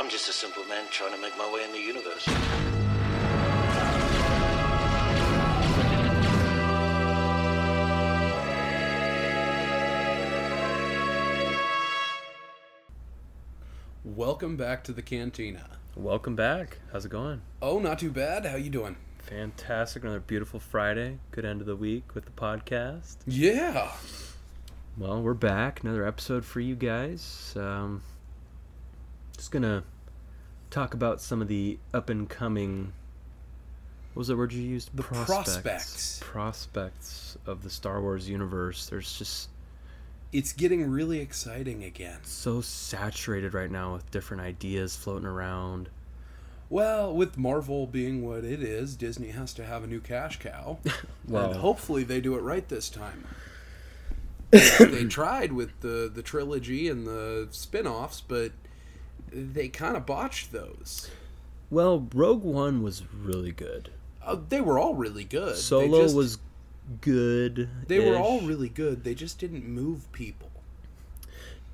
I'm just a simple man trying to make my way in the universe. Welcome back to the cantina. Welcome back. How's it going? Oh, not too bad. How you doing? Fantastic. Another beautiful Friday. Good end of the week with the podcast. Yeah. Well, we're back. Another episode for you guys. Um, just going to talk about some of the up and coming. What was the word you used? The prospects. Prospects of the Star Wars universe. There's just It's getting really exciting again. so saturated right now with different ideas floating around. Well, with Marvel being what it is, Disney has to have a new cash cow. Well- and hopefully they do it right this time. they tried with the the trilogy and the spin-offs, but they kind of botched those. Well, Rogue One was really good. Uh, they were all really good. They Solo just- was good. They were all really good. They just didn't move people.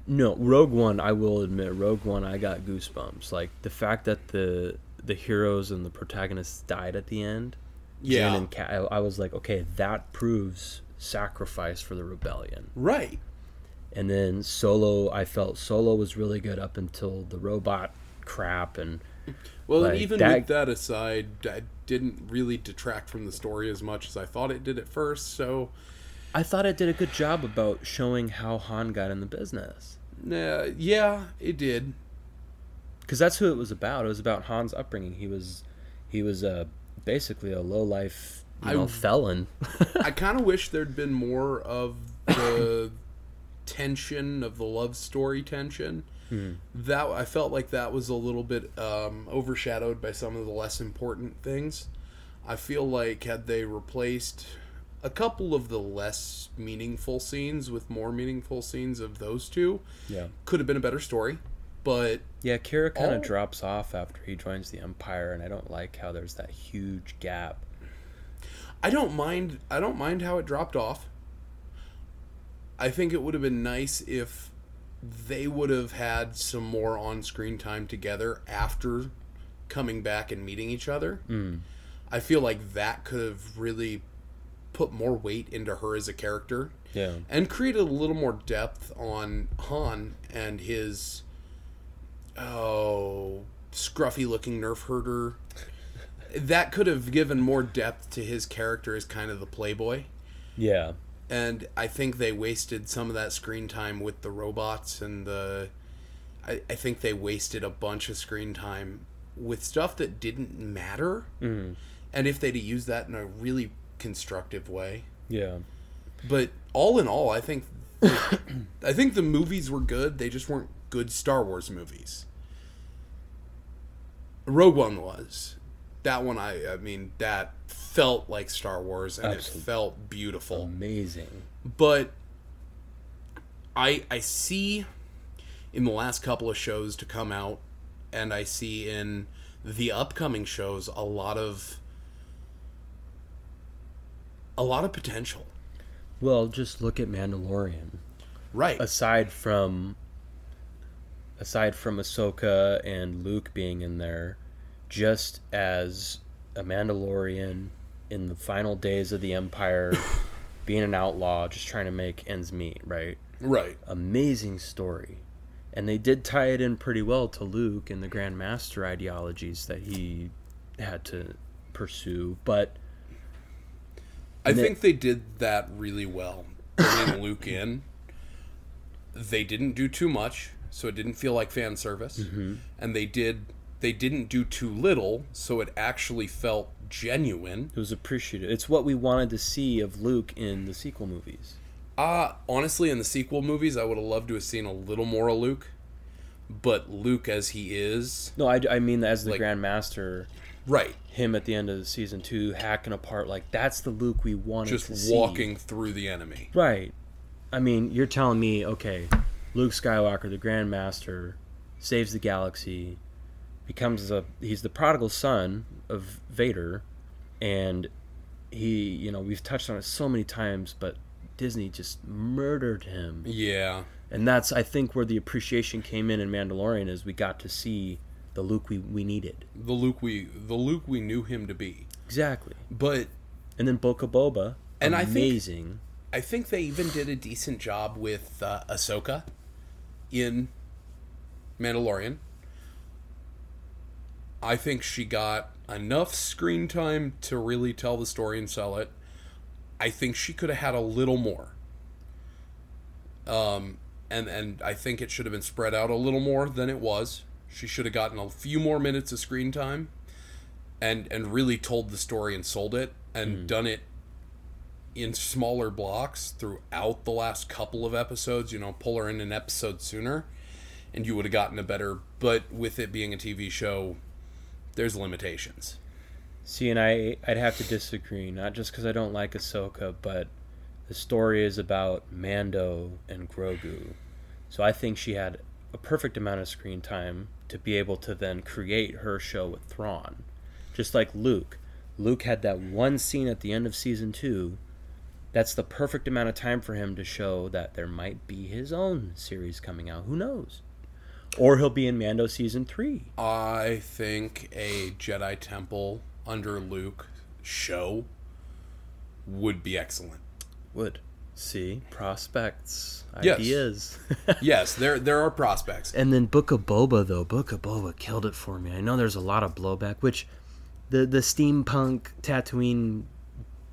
No, Rogue One, I will admit, Rogue One, I got goosebumps. Like the fact that the the heroes and the protagonists died at the end. Jin and Ca- I, I was like, okay, that proves sacrifice for the rebellion. Right. And then Solo, I felt Solo was really good up until the robot crap and Well, and Like, even that- with that aside, I didn't really detract from the story as much as I thought it did at first. So, I thought it did a good job about showing how Han got in the business. uh, yeah, it did. because that's who it was about. It was about Han's upbringing. He was, he was uh, basically a low life, you I- know, felon. I kind of wish there'd been more of the tension of the love story tension. Hmm. That I felt like that was a little bit um, overshadowed by some of the less important things. I feel like had they replaced a couple of the less meaningful scenes with more meaningful scenes of those two, yeah, could have been a better story, but yeah. Kira kind Oh. of drops off after he joins the Empire, and I don't like how there's that huge gap. I don't mind I don't mind how it dropped off. I think it would have been nice if they would have had some more on-screen time together after coming back and meeting each other. I feel like that could have really put more weight into her as a character Yeah, and created a little more depth on Han and his oh scruffy looking nerf herder. That could have given more depth to his character as kind of the playboy. yeah, And I think they wasted some of that screen time with the robots and the I, I think they wasted a bunch of screen time with stuff that didn't matter. Mm. And if they'd have used that in a really constructive way, yeah. but all in all, I think I think the movies were good. They just weren't good Star Wars movies. Rogue One was. That one I I mean that felt like Star Wars and Absolutely. Um, it felt beautiful. Amazing. But I I see in the last couple of shows to come out and I see in the upcoming shows a lot of a lot of potential. Well, just look at Mandalorian. Right. Aside from, aside from Ahsoka and Luke being in there, just as a Mandalorian in the final days of the Empire, being an outlaw, just trying to make ends meet, right? Right. Amazing story. And they did tie it in pretty well to Luke and the Grand Master ideologies that he had to pursue. But I Nick- think they did that really well. Bringing Luke in, they didn't do too much, so it didn't feel like fan service, and they did they didn't do too little, so it actually felt genuine. it was appreciated. It's what we wanted to see of Luke in the sequel movies. Uh honestly, in the sequel movies, I would have loved to have seen a little more of Luke, but Luke as he is, No, I, I mean as the Like- Grand Master, right, him at the end of the season two hacking apart like that's the Luke we wanted just to see. walking through the enemy. Right. I mean, you're telling me, okay, Luke Skywalker, the Grand Master, saves the galaxy, becomes a he's the prodigal son of Vader, and he, you know, we've touched on it so many times, but Disney just murdered him Yeah, and that's I think where the appreciation came in in Mandalorian is we got to see the Luke we, we needed. the Luke we the Luke we knew him to be. Exactly. But And then Boca Boba, And I think- amazing. I think they even did a decent job with uh, Ahsoka in Mandalorian. I think she got enough screen time to really tell the story and sell it. I think she could have had a little more. Um, and and I think it should have been spread out a little more than it was. She should have gotten a few more minutes of screen time, and and really told the story and sold it and done it in smaller blocks throughout the last couple of episodes. You know, pull her in an episode sooner, and you would have gotten a better. But with it being a TV show, there's limitations. See, and I I'd have to disagree, not just because I don't like Ahsoka, but the story is about Mando and Grogu, so I think she had a perfect amount of screen time to be able to then create her show with Thrawn, just like Luke. Luke had that one scene at the end of season two. That's the perfect amount of time for him to show that there might be his own series coming out. Who knows? Or he'll be in Mando season three. I think a Jedi Temple under Luke show would be excellent. Would. See? Prospects. Yes. Ideas. Yes, there there are prospects. and then Book of Boba, though. Book of Boba killed it for me. I know there's a lot of blowback, which the, the steampunk Tatooine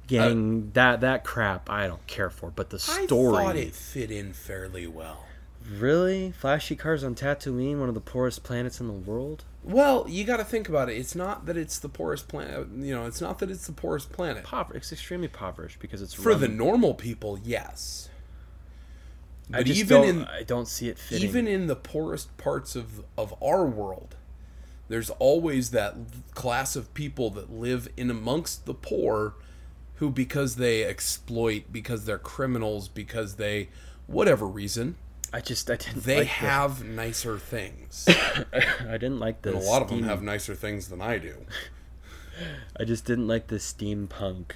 gang, that, that crap, I don't care for. But the story. Uh, I thought it fit in fairly well. Really? Flashy cars on Tatooine, one of the poorest planets in the world? Well, you got to think about it. It's not that it's the poorest planet. You know, it's not that it's the poorest planet. Pover- it's extremely impoverished because it's For the rum- normal people, yes. I But just even don't, uh, in I don't see it fitting. even in the poorest parts of of our world, there's always that class of people that live in amongst the poor, who because they exploit, because they're criminals, because they whatever reason I just I didn't they like the- have nicer things. I didn't like the a lot of them steam- have nicer things than I do. I just didn't like the steampunk.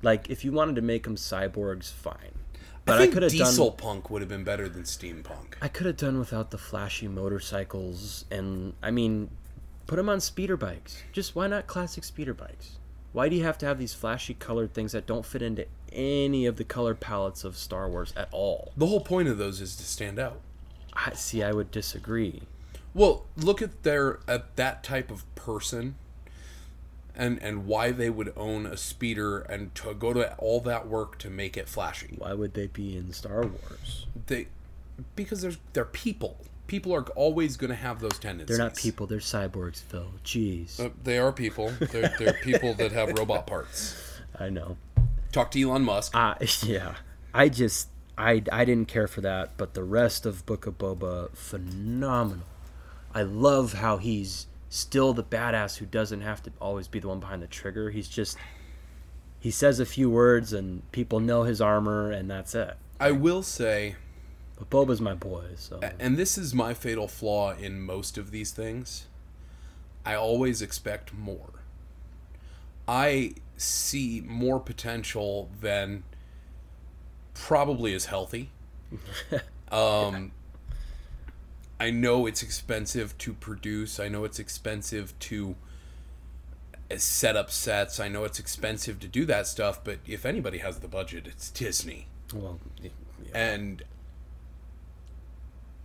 Like, if you wanted to make them cyborgs, fine. But I, I think could have diesel done. punk would have been better than steampunk. I could have done without the flashy motorcycles, and I mean, put them on speeder bikes. Just why not classic speeder bikes? Why do you have to have these flashy colored things that don't fit into any of the color palettes of Star Wars at all? The whole point of those is to stand out. I see. I would disagree. Well, look at their at that type of person, and and why they would own a speeder and to go to all that work to make it flashy. Why would they be in Star Wars? They because there's they're people. People are always going to have those tendencies. They're not people. They're cyborgs, Phil. Jeez. Uh, They are people. They're, they're people that have robot parts. I know. Talk to Elon Musk. Uh, yeah, I just I I didn't care for that, but the rest of Book of Boba phenomenal. I love how he's still the badass who doesn't have to always be the one behind the trigger. He's just he says a few words and people know his armor and that's it. I will say, But Boba's my boy, so and this is my fatal flaw in most of these things. I always expect more. I see more potential than probably is healthy. um, I know it's expensive to produce. I know it's expensive to uh, set up sets. I know it's expensive to do that stuff. But if anybody has the budget, it's Disney well, yeah, and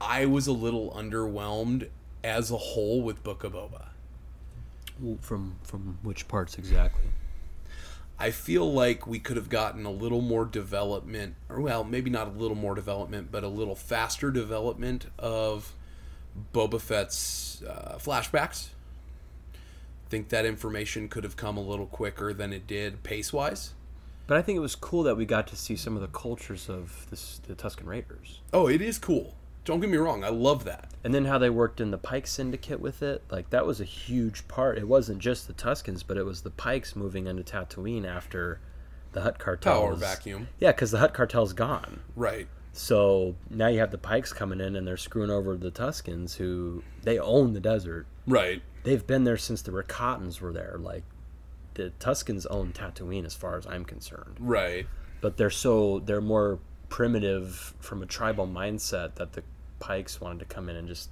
I was a little underwhelmed as a whole with Book of Boba. from from which parts exactly? I feel like we could have gotten a little more development, or well, maybe not a little more development, but a little faster development of Boba Fett's uh, flashbacks. Think that information could have come a little quicker than it did pace wise. But I think it was cool that we got to see some of the cultures of this, the Tuscan Raiders. Oh, it is cool. Don't get me wrong, I love that. and then how they worked in the Pike Syndicate with it, like that was a huge part. It wasn't just the Tuscans, but it was the Pikes moving into Tatooine after the Hut cartel. Power was- vacuum. Yeah, because the Hut cartel's gone, Right. so now you have the Pikes coming in and they're screwing over the Tuscans, who they own the desert. Right. They've been there since the Ricottans were there. Like the Tuscans own Tatooine, as far as I'm concerned Right. but they're so they're more primitive from a tribal mindset that the pikes wanted to come in and just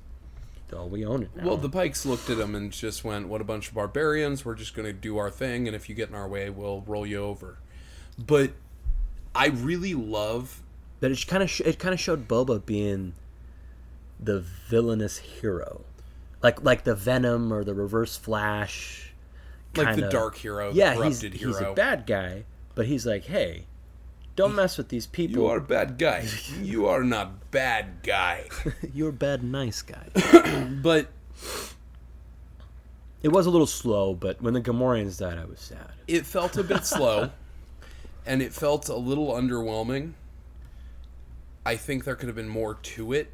oh, we own it. Now. Well, the Pikes looked at him and just went, "What a bunch of barbarians! We're just going to do our thing, and if you get in our way, we'll roll you over." But I really love but it kind of sh- it kind of showed Boba being the villainous hero, like like the Venom or the Reverse Flash, like kinda- the dark hero, the Yeah, he's corrupted he's hero. a bad guy, but he's like, hey, don't mess with these people. you are a bad guy. you are not bad guy. You're a bad nice guy. But it was a little slow, but when the Gamorreans died, I was sad. it felt a bit slow and it felt a little underwhelming. I think there could have been more to it.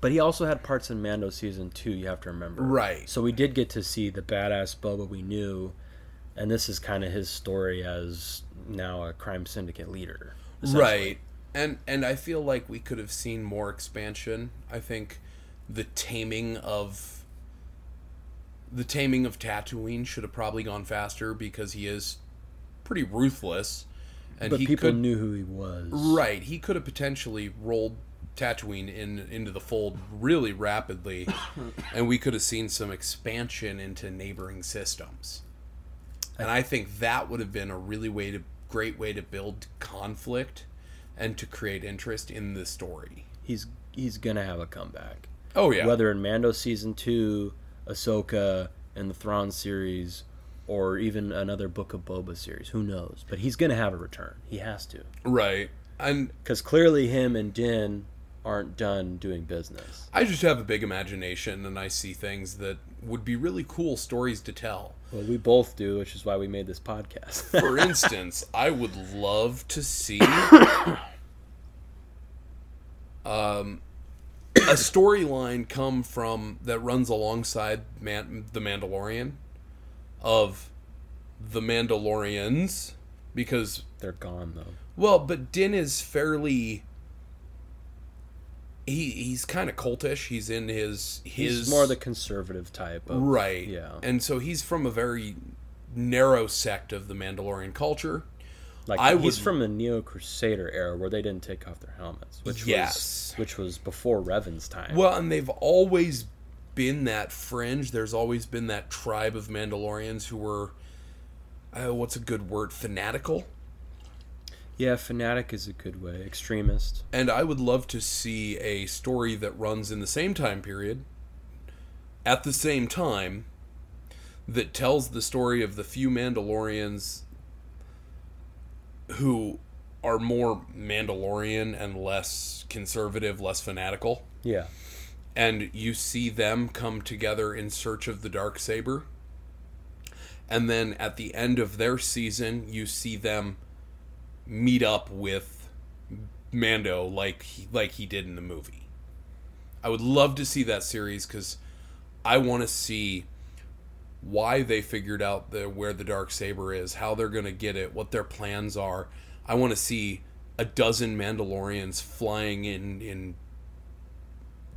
But he also had parts in Mando season two. You have to remember, Right. So we did get to see the badass Boba we knew, and this is kind of his story as now a crime syndicate leader. Right. And and I feel like we could have seen more expansion. I think the taming of the taming of Tatooine should have probably gone faster because he is pretty ruthless and But he people could knew who he was. Right. He could have potentially rolled Tatooine in into the fold really rapidly, and we could have seen some expansion into neighboring systems. And I think that would have been a really way to great way to build conflict and to create interest in the story. He's he's gonna have a comeback. Oh yeah. Whether in Mando season two, Ahsoka, and the Thrawn series, or even another Book of Boba series, who knows? But he's gonna have a return. He has to, right. And because clearly him and Din aren't done doing business. I just have a big imagination and I see things that would be really cool stories to tell. Well, we both do, which is why we made this podcast. For instance, I would love to see um, a storyline come from that runs alongside Man- the Mandalorian of the Mandalorians because They're gone though. well, but Din is fairly he he's kind of cultish. He's in his his He's more the conservative type. Of, Right. Yeah. And so he's from a very narrow sect of the Mandalorian culture. Like I he's would- from the Neo Crusader era where they didn't take off their helmets, which Yes. was which was before Revan's time. Well, and they've always been that fringe. There's always been that tribe of Mandalorians who were, uh, what's a good word, fanatical. yeah, fanatic is a good way. Extremist. And I would love to see a story that runs in the same time period, at the same time, that tells the story of the few Mandalorians who are more Mandalorian and less conservative, less fanatical. Yeah. and you see them come together in search of the dark saber and then at the end of their season you see them meet up with mando like he, like he did in the movie i would love to see that series cuz i want to see why they figured out the where the dark saber is how they're going to get it what their plans are i want to see a dozen mandalorians flying in in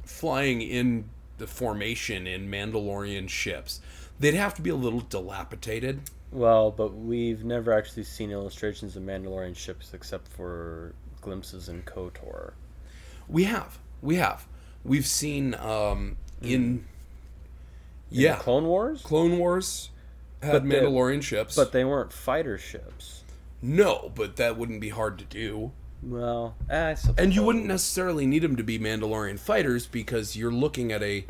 flying in the formation in Mandalorian ships, they'd have to be a little dilapidated. Well, but we've never actually seen illustrations of Mandalorian ships except for glimpses in KOTOR. We have, we have, we've seen um, Hmm. in yeah, Clone Wars? Clone Wars had But the- Mandalorian ships. But they weren't fighter ships. no, but that wouldn't be hard to do. Well, eh, I suppose. And you wouldn't necessarily need them to be Mandalorian fighters because you're looking at a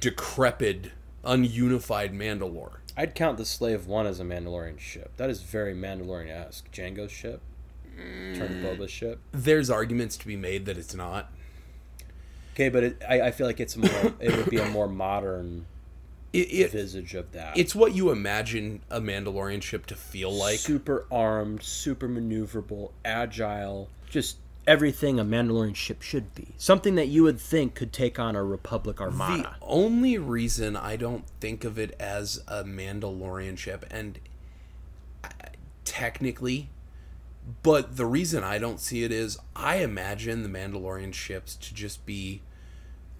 decrepit, ununified Mandalore. I'd count the Slave One as a Mandalorian ship. That is very Mandalorian esque. Django's ship, Mm. turned Boba's ship. There's arguments to be made that it's not. Okay, but it, I, I feel like it's more. it would be a more modern It, it, visage of that. it's what you imagine a Mandalorian ship to feel like. super armed, super maneuverable, agile, just everything a Mandalorian ship should be. Something that you would think could take on a Republic The armada. only reason I don't think of it as a Mandalorian ship, and I- technically, but the reason I don't see it is I imagine the Mandalorian ships to just be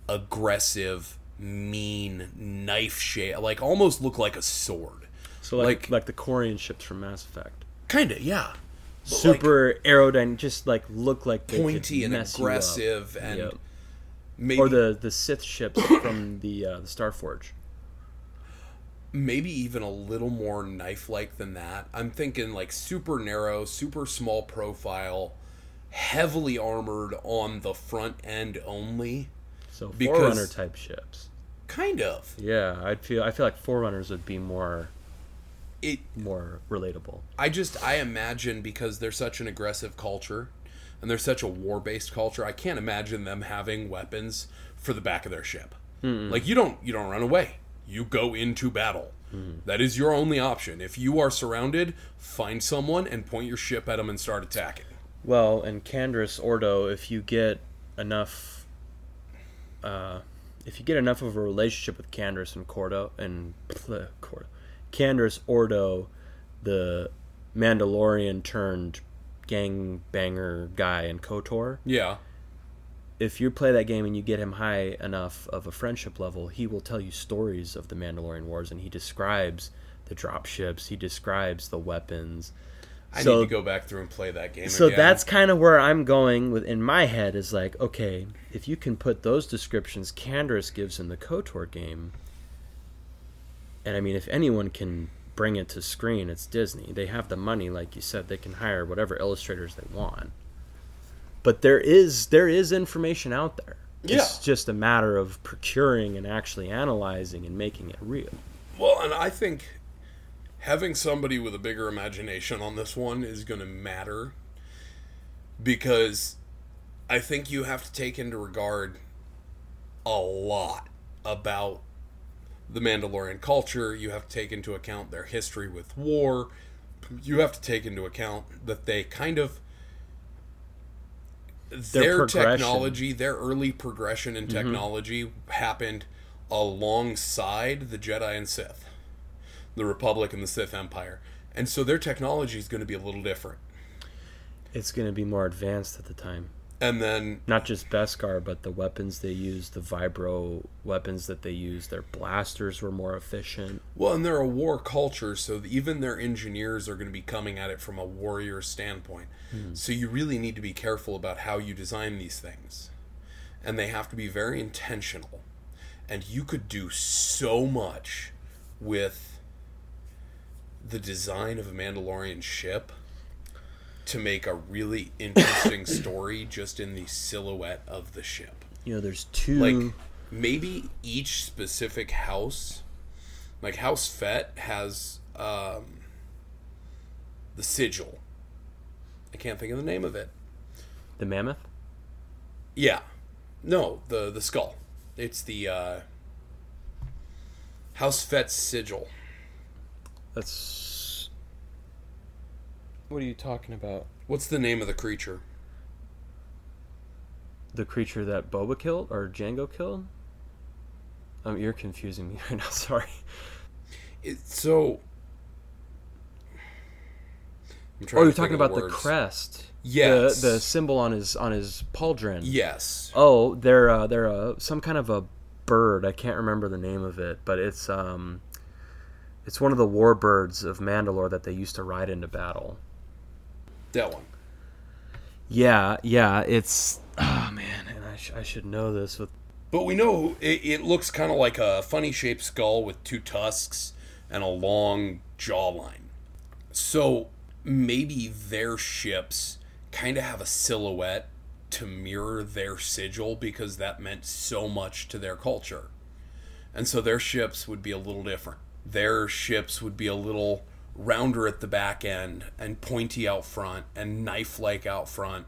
aggressive, mean, knife shape, like almost look like a sword. so like- like like the Korean ships from Mass Effect. Kinda, yeah. But like, Super aerodynamic, just like look like they could pointy and mess you up. aggressive and Yep. Maybe or the the Sith ships from the uh, the Starforge. maybe even a little more knife like than that. I'm thinking like super narrow, super small profile, heavily armored on the front end only. So Because- Forerunner type ships. Kind of. Yeah, I'd feel I feel like Forerunners would be more It more relatable. I just I imagine because they're such an aggressive culture and they're such a war based culture, I can't imagine them having weapons for the back of their ship. Like you don't you don't run away. You go into battle. That is your only option. If you are surrounded, find someone and point your ship at them and start attacking. Well, and Candrus Ordo, if you get enough, uh, if you get enough of a relationship with Candrus and Cordo and bleh, Cordo, Candrus Ordo, the Mandalorian turned gang banger guy in Kotor, Yeah. if you play that game and you get him high enough of a friendship level, he will tell you stories of the Mandalorian Wars and he describes the dropships, he describes the weapons. I So- need to go back through and play that game So again. that's kind of where I'm going with in my head is like, okay, if you can put those descriptions Candorus gives in the KOTOR game, and I mean, if anyone can bring it to screen, it's Disney. They have the money, like you said, they can hire whatever illustrators they want. But there is there is information out there. It's Yeah. just a matter of procuring and actually analyzing and making it real. Well, and I think having somebody with a bigger imagination on this one is going to matter because I think you have to take into regard a lot about the Mandalorian culture. You have to take into account their history with war. You have to take into account that they kind of their, progression. technology, their early progression in technology happened alongside the Jedi and Sith, the Republic and the Sith Empire. And so their technology is going to be a little different. It's going to be more advanced at the time. And then not just Beskar, but the weapons they used, the vibro weapons that they used, their blasters were more efficient. Well, and they're a war culture, so even their engineers are going to be coming at it from a warrior standpoint. So you really need to be careful about how you design these things. And they have to be very intentional. And you could do so much with the design of a Mandalorian ship to make a really interesting story just in the silhouette of the ship You know, there's two. like maybe each specific house like house fett has um the sigil i can't think of the name of it the mammoth? yeah no the the skull it's the uh house fett's sigil That's. What are you talking about? what's the name of the creature The creature that Boba killed or Django killed? Um, you're confusing me right now, sorry. it, so I'm trying Oh, to you're think talking of the about the, words. crest. Yes. The, the symbol on his on his pauldron. yes Oh, they're uh, they're uh, some kind of a bird. I can't remember the name of it, but it's um, it's one of the war birds of Mandalore that they used to ride into battle. that one Yeah, yeah, it's oh man, and I, sh- I should know this with But we know it, it looks kind of like a funny shaped skull with two tusks and a long jawline. So maybe their ships kind of have a silhouette to mirror their sigil because that meant so much to their culture. And so their ships would be a little different. Their ships would be a little rounder at the back end and pointy out front and knife like out front.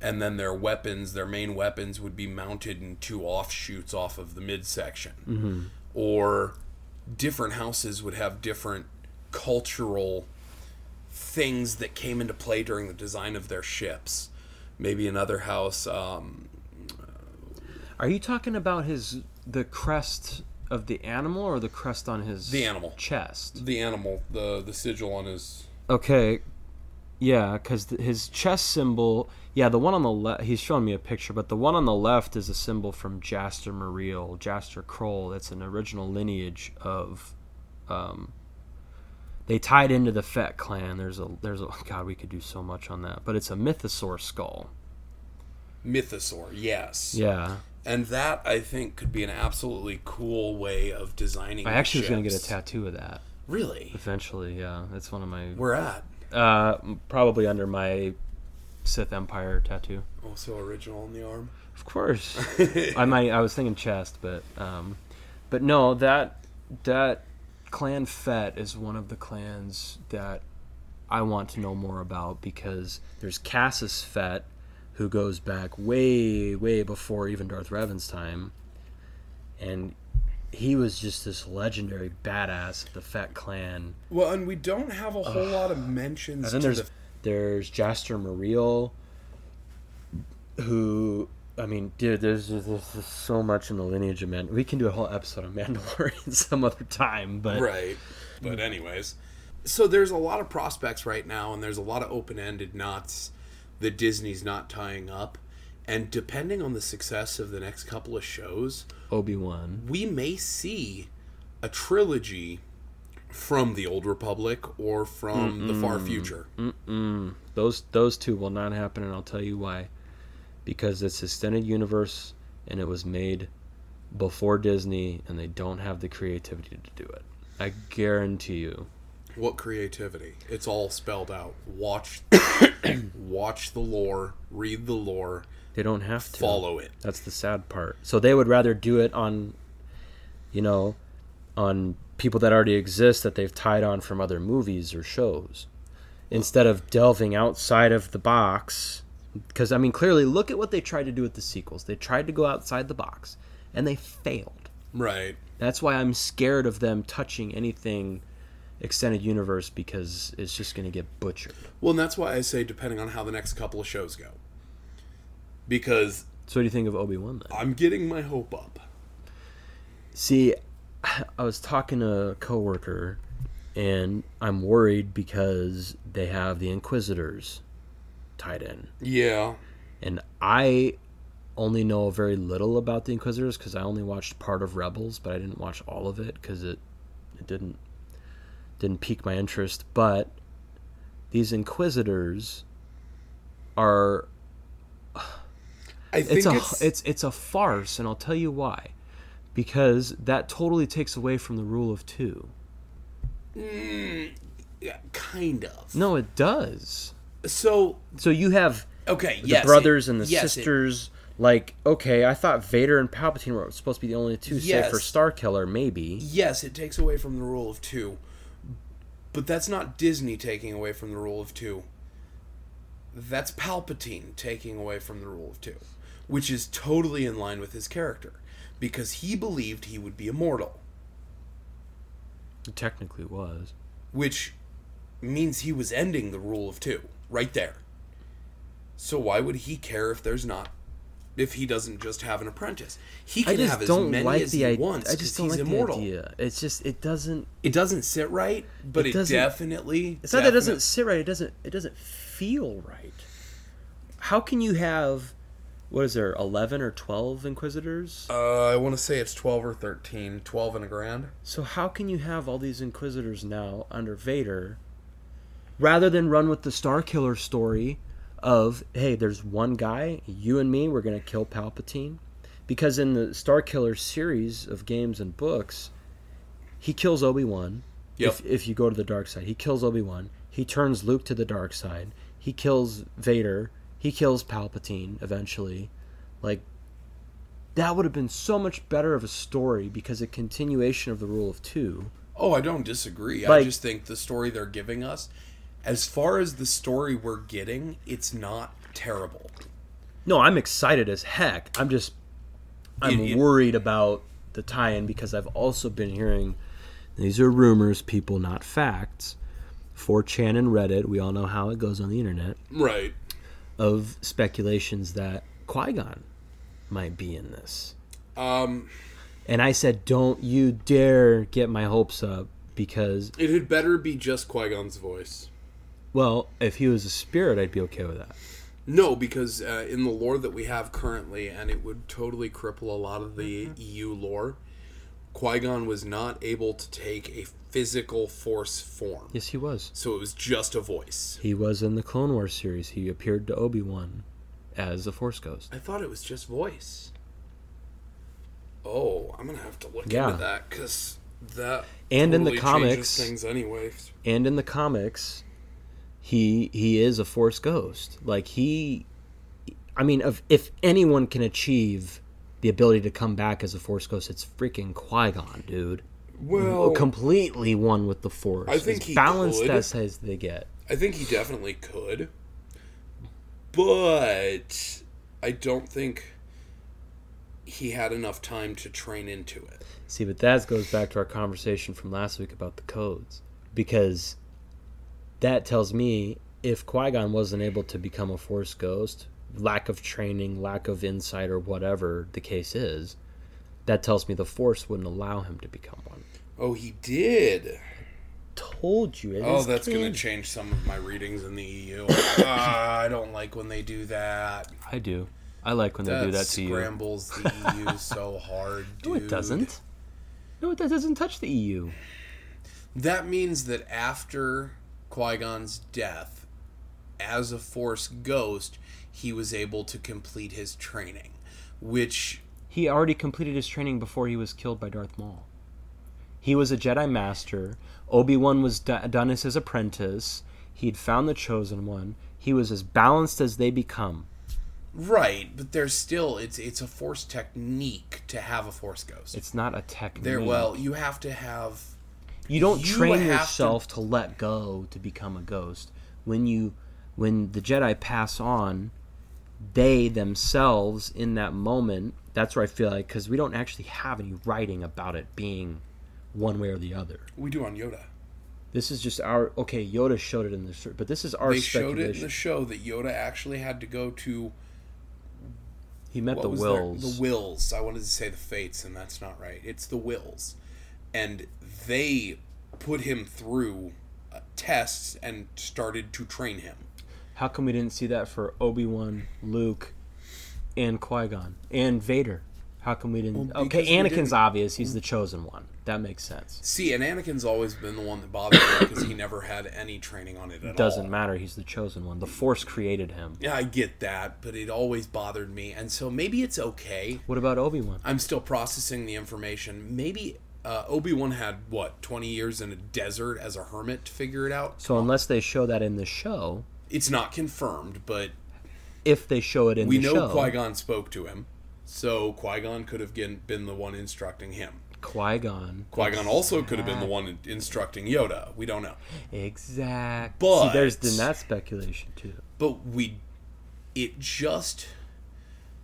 And then their weapons, their main weapons, would be mounted in two offshoots off of the midsection. Or different houses would have different cultural things that came into play during the design of their ships. Maybe another house, um, Are you talking about his the crest of the animal or the crest on his The animal. chest? the animal, the the sigil on his Okay. Yeah, because his chest symbol, yeah, the one on the left, he's showing me a picture, but the one on the left is a symbol from Jaster Muriel, Jaster Kroll. It's an original lineage of. Um, they tied into the Fett clan. There's a, there's a, God, we could do so much on that, but it's a mythosaur skull. mythosaur. Yes. Yeah. And that I think could be an absolutely cool way of designing. I the actually was gonna get a ships. tattoo of that Really? eventually. Yeah, that's one of my We're at uh, probably under my Sith Empire tattoo. also original in the arm. Of course, I might. I was thinking chest, but um, but no, that that clan Fett is one of the clans that I want to know more about because there's Cassus Fett, who goes back way way before even Darth Revan's time, and he was just this legendary badass of the Fett clan. Well, and we don't have a whole lot of mentions. And then to there's the- there's Jaster Muriel, who I mean, dude, there's just, there's just so much in the lineage of man. We can do a whole episode of Mandalorian some other time, but right. But anyways, so there's a lot of prospects right now, and there's a lot of open-ended knots that Disney's not tying up. And depending on the success of the next couple of shows, Obi Wan, we may see a trilogy from the Old Republic or from the far future. Mm, those those two will not happen, and I'll tell you why. Because it's extended universe, and it was made before Disney, and they don't have the creativity to do it. I guarantee you. What creativity? It's all spelled out. Watch, watch the lore, read the lore, They don't have to follow it. That's the sad part. So they would rather do it on, you know, on people that already exist that they've tied on from other movies or shows, instead of delving outside of the box. Because I mean, clearly, look at what they tried to do with the sequels. They tried to go outside the box, and they failed. Right. That's why I'm scared of them touching anything extended universe because it's just going to get butchered. Well, and that's why I say depending on how the next couple of shows go. Because So, what do you think of Obi Wan then? I'm getting my hope up. See, I was talking to a coworker, and I'm worried because they have the Inquisitors tied in, Yeah. and I only know very little about the Inquisitors because I only watched part of Rebels, but I didn't watch all of it because it it didn't didn't pique my interest. But these Inquisitors are I think it's it's, a it's... it's a farce, and I'll tell you why. Because that totally takes away from the rule of two. yeah, kind of. No, it does. So, So you have okay, the yes. it- brothers and the yes, it- sisters. like, okay, I thought Vader and Palpatine were supposed to be the only two, Yes. save for Star Killer, maybe. yes, it takes away from the rule of two, but that's not Disney taking away from the rule of two. That's Palpatine taking away from the rule of two, which is totally in line with his character, because he believed he would be immortal, It technically was. which means he was ending the rule of two right there. So why would he care if there's not? If he doesn't just have an apprentice, he can I just have as don't many like as the he idea. wants. I 'cause just don't he's like immortal. the idea. It's just it doesn't. It doesn't sit right, but It it, doesn't- definitely. It's not that it definite- doesn't sit right. It doesn't. It doesn't feel right. How can you have what is there eleven or twelve Inquisitors? Uh, I want to say it's 12 or 13. 12 and a grand. So how can you have all these Inquisitors now under Vader, rather than run with the Star Killer story of hey, there's one guy, you and me, we're gonna kill Palpatine, because in the Star Killer series of games and books, he kills Obi Wan. Yep. If if you go to the dark side, he kills Obi Wan. He turns Luke to the dark side. He kills Vader. He kills Palpatine eventually. Like that would have been so much better of a story because a continuation of the rule of two. Oh, I don't disagree. I Like- just think the story they're giving us, as far as the story we're getting, it's not terrible. No, I'm excited as heck. I'm just I'm It- it- worried about the tie-in because I've also been hearing these are rumors, people, not facts. 4chan and Reddit, we all know how it goes on the internet, Right. of speculations that Qui-Gon might be in this. Um, And I said, "Don't you dare get my hopes up because it had better be just Qui Gon's voice. well, if he was a spirit, I'd be okay with that." No, because uh, in the lore that we have currently, and it would totally cripple a lot of the Mm-hmm. EU lore, Qui Gon was not able to take a physical force form. Yes, he was. So it was just a voice. He was in the Clone Wars series. He appeared to Obi Wan as a Force Ghost. I thought it was just voice. Oh, I'm gonna have to look Yeah. into that because that And in the totally changes comics- things anyways. and in the comics he he is a force ghost like he i mean if, if anyone can achieve the ability to come back as a force ghost it's freaking qui-gon dude Well, completely one with the force I think as he balanced could. as as they get I think he definitely could, but I don't think he had enough time to train into it. see but that goes back to our conversation from last week about the codes because that tells me if qui-gon wasn't able to become a force ghost lack of training lack of insight or whatever the case is that tells me the force wouldn't allow him to become one Oh, he did. told you it Oh, is that's king. going to change some of my readings in the EU. Ah, I don't like when they do that. i do i like when That they do that to you scrambles the EU so hard, dude. no it doesn't no it that doesn't touch the E eu That means that after Qui Gon's death, as a Force ghost, he was able to complete his training, which He already completed his training before he was killed by Darth Maul. He was a Jedi Master. Obi Wan was do- done as his apprentice. He'd found the Chosen One. He was as balanced as they become. Right, but there's still it's it's a force technique to have a force ghost. It's not a technique. there well, you have to have you don't you train have to- yourself to... let go to become a ghost. When you, when the Jedi pass on, they themselves in that moment. That's where I feel like because we don't actually have any writing about it being one way or the other. we do on Yoda. This is just our okay. Yoda showed it in the shirt, but this is our They showed it in speculation. the show that Yoda actually had to go to he met what the was their- Wills. the Wills. I wanted to say the Fates, and that's not right. It's the Wills, and they put him through uh, tests and started to train him. How come we didn't see that for Obi Wan, Luke, and Qui Gon and Vader? How come we didn't? Well, okay, because we Anakin's didn't- obvious. He's the chosen one. That makes sense. See, and Anakin's always been the one that bothered me because he never had any training on it at all. Doesn't matter. He's the chosen one. The Force created him. Yeah, I get that, but it always bothered me, and so maybe it's okay. What about Obi Wan? I'm still processing the information. Maybe uh, Obi Wan had what 20 years in a desert as a hermit to figure it out. So unless they show that in the show, It's not confirmed, but if they show it in we the know show, Qui Gon spoke to him, so Qui Gon could have been, been the one instructing him. Qui Gon, Qui Gon also could have been the one in- instructing Yoda. We don't know, exactly. See, But- there's then that speculation too. but we it just.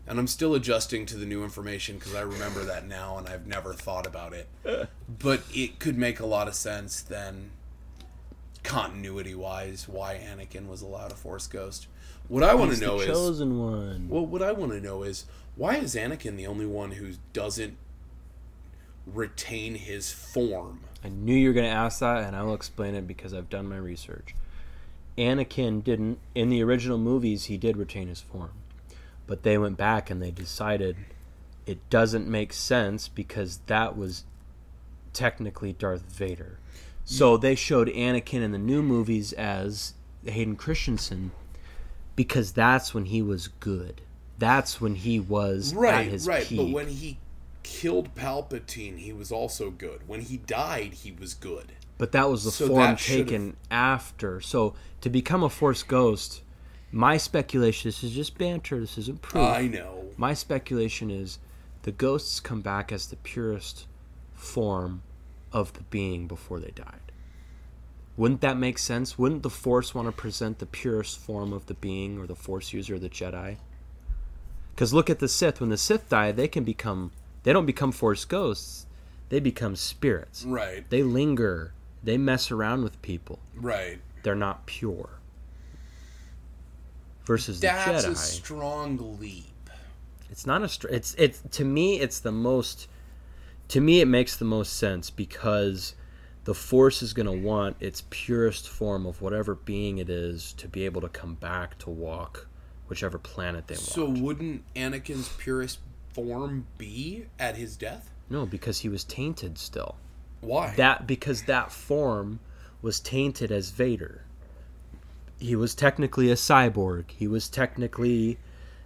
And I'm still adjusting to the new information because I remember that now and I've never thought about it. but it could make a lot of sense then continuity wise why Anakin was allowed a force ghost. What I want to He's know the is chosen one. well what I want to know is why is Anakin the only one who doesn't retain his form? I knew you were going to ask that, and I'll explain it because I've done my research. Anakin didn't. In the original movies, he did retain his form. But they went back and they decided it doesn't make sense because that was technically Darth Vader. So they showed Anakin in the new movies as Hayden Christensen because that's when he was good. That's when he was at Right, his right, peak. but when he killed Palpatine, he was also good. When he died, he was good. But that was the So form that should've- taken after. So to become a Force Ghost, my speculation this is just banter, this isn't proof. I know. my speculation is the ghosts come back as the purest form of the being before they died. Wouldn't that make sense? Wouldn't the Force want to present the purest form of the being or the Force user or the Jedi? Because look at the Sith. When the Sith die, they can become, they don't become Force ghosts, they become spirits Right, they linger they mess around with people right. they're not pure versus That's the a jedi strong leap. it's not a str- it's it's to me it's the most to me it makes the most sense because the force is going to want its purest form of whatever being it is to be able to come back to walk whichever planet they want So wouldn't Anakin's purest form be at his death? no because he was tainted still Why? that because that form was tainted as Vader. He was technically a cyborg. He was technically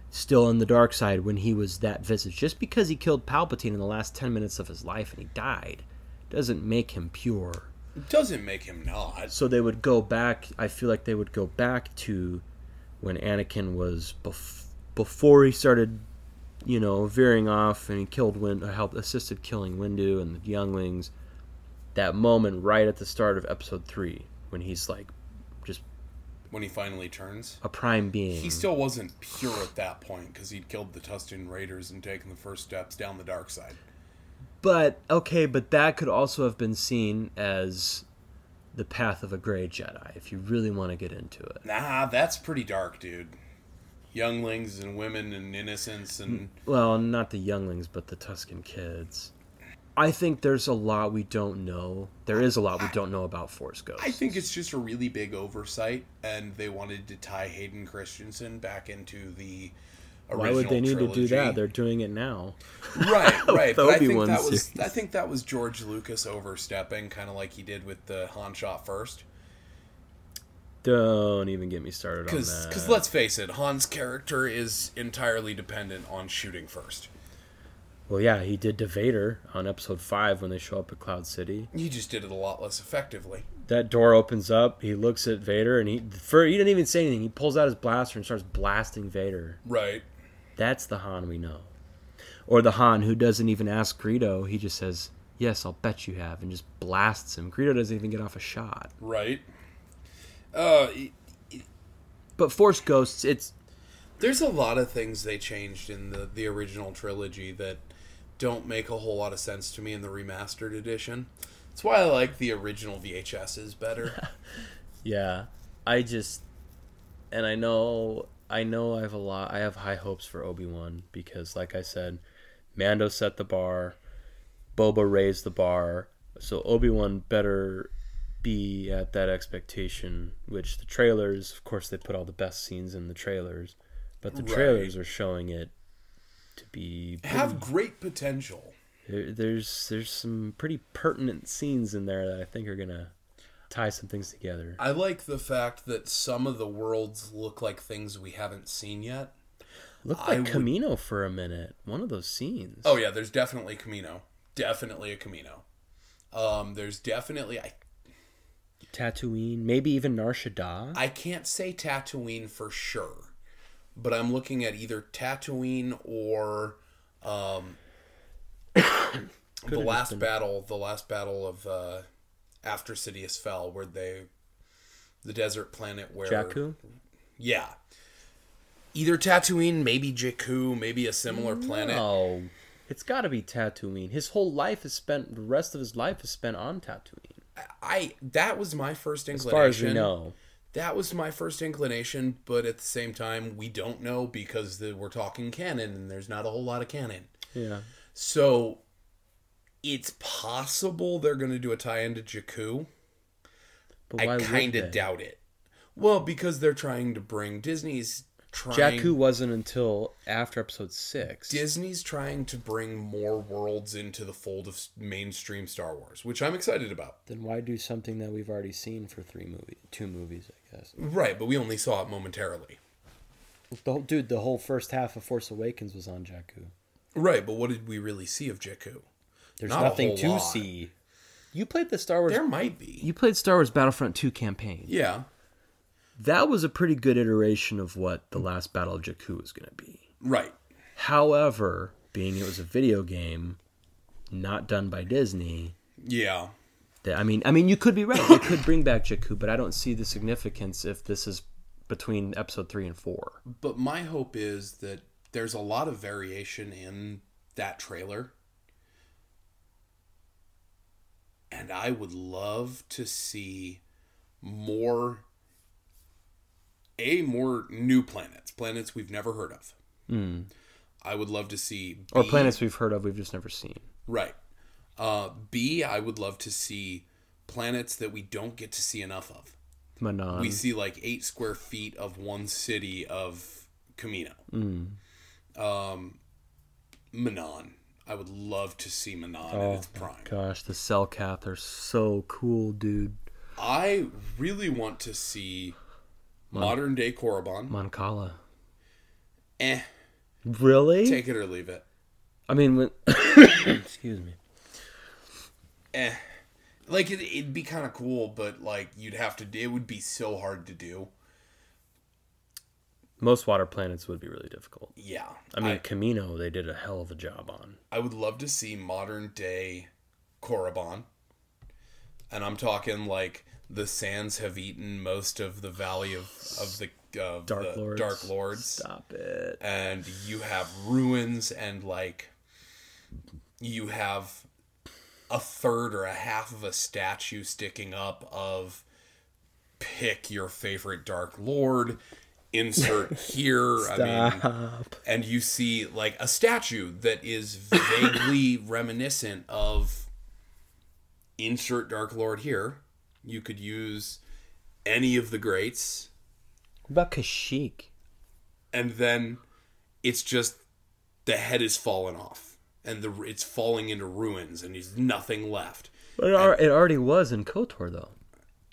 still in the dark side when he was that visage. Just because he killed Palpatine in the last 10 minutes of his life and he died doesn't make him pure. It doesn't make him not. So they would go back, I feel like they would go back to when Anakin was bef- before he started, you know, veering off and he killed Wind, or helped assisted killing Windu and the younglings. That moment right at the start of episode 3 when he's like just When he finally turns, a prime being. he still wasn't pure at that point because he'd killed the Tusken Raiders and taken the first steps down the dark side. But okay, but that could also have been seen as the path of a gray Jedi, if you really want to get into it. Nah, that's pretty dark, dude. Younglings and women and innocence Hmm. and Well, not the younglings, but the Tuscan kids. I think there's a lot we don't know. There is a lot we don't know about Force Ghosts. I think it's just a really big oversight, and they wanted to tie Hayden Christensen back into the. Original Why would they need to do that? trilogy. They're doing it now. right, right. But I think Obi-Wan that was series. I think that was George Lucas overstepping, kind of like he did with the Han shot first. Don't even get me started on Because that. let's face it, Han's character is entirely dependent on shooting first. well, yeah, he did to Vader on Episode Five when they show up at Cloud City. He just did it a lot less effectively. that door opens up. He looks at Vader, and he for he didn't even say anything. He pulls out his blaster and starts blasting Vader. Right. That's the Han we know, or the Han who doesn't even ask Greedo. He just says, "Yes, I'll bet you have," and just blasts him. Greedo doesn't even get off a shot. Right. Uh, But Force Ghosts, it's there's a lot of things they changed in the the original trilogy that don't make a whole lot of sense to me in the remastered edition. That's why I like the original VHSs better. yeah. I just and I know I know I have a lot. I have high hopes for Obi Wan because, like I said, Mando set the bar. Boba raised the bar, so Obi Wan better be at that expectation. Which the trailers, of course, they put all the best scenes in the trailers, but the Right. trailers are showing it to be. Have great potential. There, there's there's some pretty pertinent scenes in there that I think are gonna tie some things together. I like the fact that some of the worlds look like things we haven't seen yet. Looked I like would- Camino for a minute. One of those scenes. Oh yeah, there's definitely Camino. Definitely a Camino. Um, there's definitely I Tatooine, maybe even Nar Shaddaa. I can't say Tatooine for sure, but I'm looking at either Tatooine or um, the last battle, the last battle of uh, after Sidious fell, where they the desert planet where Jakku. yeah. Either Tatooine, maybe Jakku, maybe a similar planet. Oh, it's got to be Tatooine. His whole life is spent. The rest of his life is spent on Tatooine. I that was my first As inclination. far as we know, That was my first inclination, but at the same time, we don't know because the, we're talking canon and there's not a whole lot of canon. yeah. So it's possible they're going to do a tie in to Jakku. But I why kind of would they? doubt it. Well, because they're trying to bring Disney's trying Jakku wasn't until after Episode Six. Disney's trying to bring more worlds into the fold of s- mainstream Star Wars, which I'm excited about. then why do something that we've already seen for three movies, two movies, I guess? Right, but we only saw it momentarily. The whole, dude, the whole first half of Force Awakens was on Jakku. Right, but what did we really see of Jakku? There's Not a nothing whole to lot. see. You played the Star Wars. There might be. you played Star Wars Battlefront Two campaign. Yeah. that was a pretty good iteration of what the last battle of Jakku was going to be. Right. However, being it was a video game, not done by Disney, Yeah. that I mean, I mean, you could be right. They could bring back Jakku, but I don't see the significance if this is between episode three and four. But my hope is that there's a lot of variation in that trailer. And I would love to see more a more new planets, planets we've never heard of. I would love to see B, Hmm. Or planets we've heard of, we've just never seen. right. Uh, B, I would love to see planets that we don't get to see enough of. Manon. we see like eight square feet of one city of Camino. Hmm. Um, Manon. I would love to see Manon Oh, in its prime. Gosh, the cell cath are so cool, dude. I really want to see modern day Korriban. Moncala. Eh, Really? Take it or leave it. I mean, when, excuse me. Eh. Like it, it'd be kind of cool, but like you'd have to. It would be so hard to do. Most water planets would be really difficult. Yeah. I mean, Camino they did a hell of a job on. I would love to see modern day Korriban. And I'm talking like the sands have eaten most of the valley of, of the of Dark the Lords. Dark Lords. Stop it. And you have ruins and like you have a third or a half of a statue sticking up of pick your favorite Dark Lord. Insert here. I mean, Stop. and you see like a statue that is vaguely reminiscent of insert dark lord here you could use any of the greats What about Kashyyyk? and then it's just the head is fallen off and the it's falling into ruins and there's nothing left But it, al- it already was in Kotor though.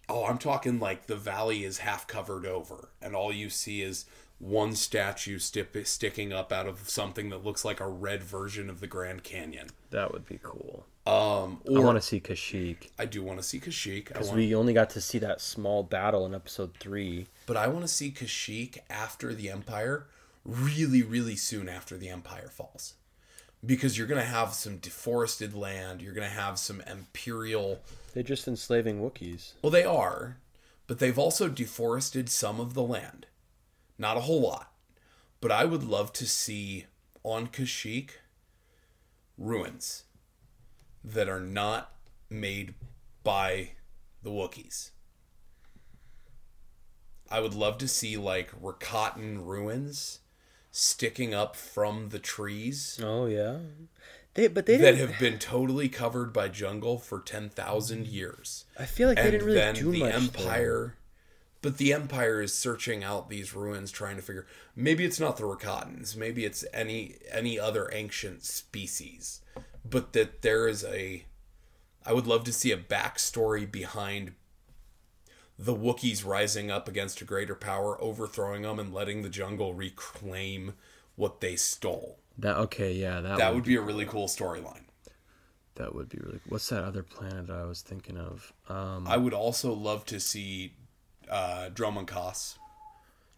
oh i'm talking like the valley is half covered over and all you see is one statue stip- sticking up out of something that looks like a red version of the grand canyon That would be cool. um I or want to see Kashyyyk I do want to see Kashyyyk. I because want, we only got to see that small battle in episode three. but I want to see Kashyyyk after the Empire, really, really soon after the Empire falls, because you're gonna have some deforested land. You're gonna have some imperial. They're just enslaving Wookiees. Well, they are, but they've also deforested some of the land, not a whole lot. But I would love to see on Kashyyyk ruins that are not made by the Wookiees. I would love to see like Rakatan ruins sticking up from the trees Oh yeah, they but they that didn't. have been totally covered by jungle for 10,000 years I feel like they and didn't really then do the much. empire but the empire is searching out these ruins trying to figure maybe it's not the rakatans maybe it's any any other ancient species but that there is a i would love to see a backstory behind the wookiees rising up against a greater power overthrowing them and letting the jungle reclaim what they stole That okay, yeah, that, that would, would be a really cool storyline that would be really. What's that other planet that I was thinking of? Um, i would also love to see uh, Drummond Koss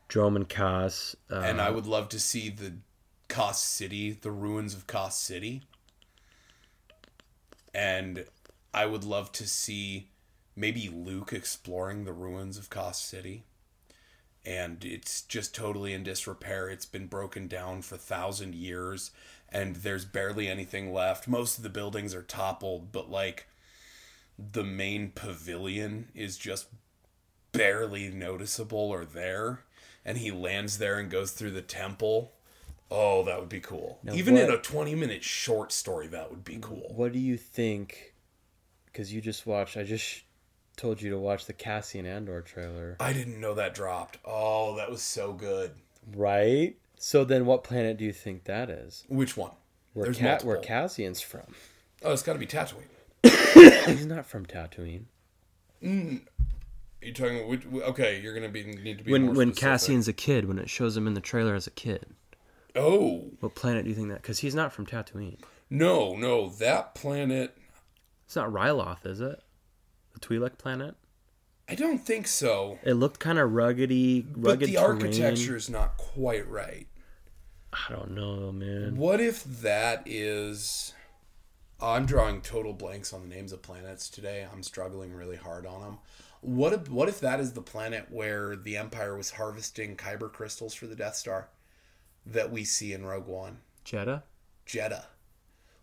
Droman Kass. Uh, and I would love to see the Kos City, the ruins of Kos City. And I would love to see maybe Luke exploring the ruins of Kos City. And it's just totally in disrepair. It's been broken down for thousand years, and there's barely anything left. Most of the buildings are toppled, but like the main pavilion is just barely noticeable or there and he lands there and goes through the temple oh that would be cool even in what- a 20 minute short story that would be cool what do you think? Because you just watched. I just told you to watch the Cassian Andor trailer, i didn't know that dropped oh that was so good right? So then, what planet do you think that is? which one Where There's Cat, where multiple. Cassian's from? oh it's got to be tatooine He's not from Tatooine. are you talking which, okay you're gonna be need to be more When when specific. Cassian's a kid, when it shows him in the trailer as a kid, oh what planet do you think that? Because he's not from Tatooine. no no that planet It's not Ryloth, is it? The Twi'lek planet. i don't think so It looked kind of ruggedy, but rugged the terrain. architecture is not quite right I don't know, man. What if that is? I'm drawing total blanks on the names of planets today. I'm struggling really hard on them. What if what if that is the planet where the Empire was harvesting kyber crystals for the Death Star that we see in Rogue One, Jeddah. Jeddah?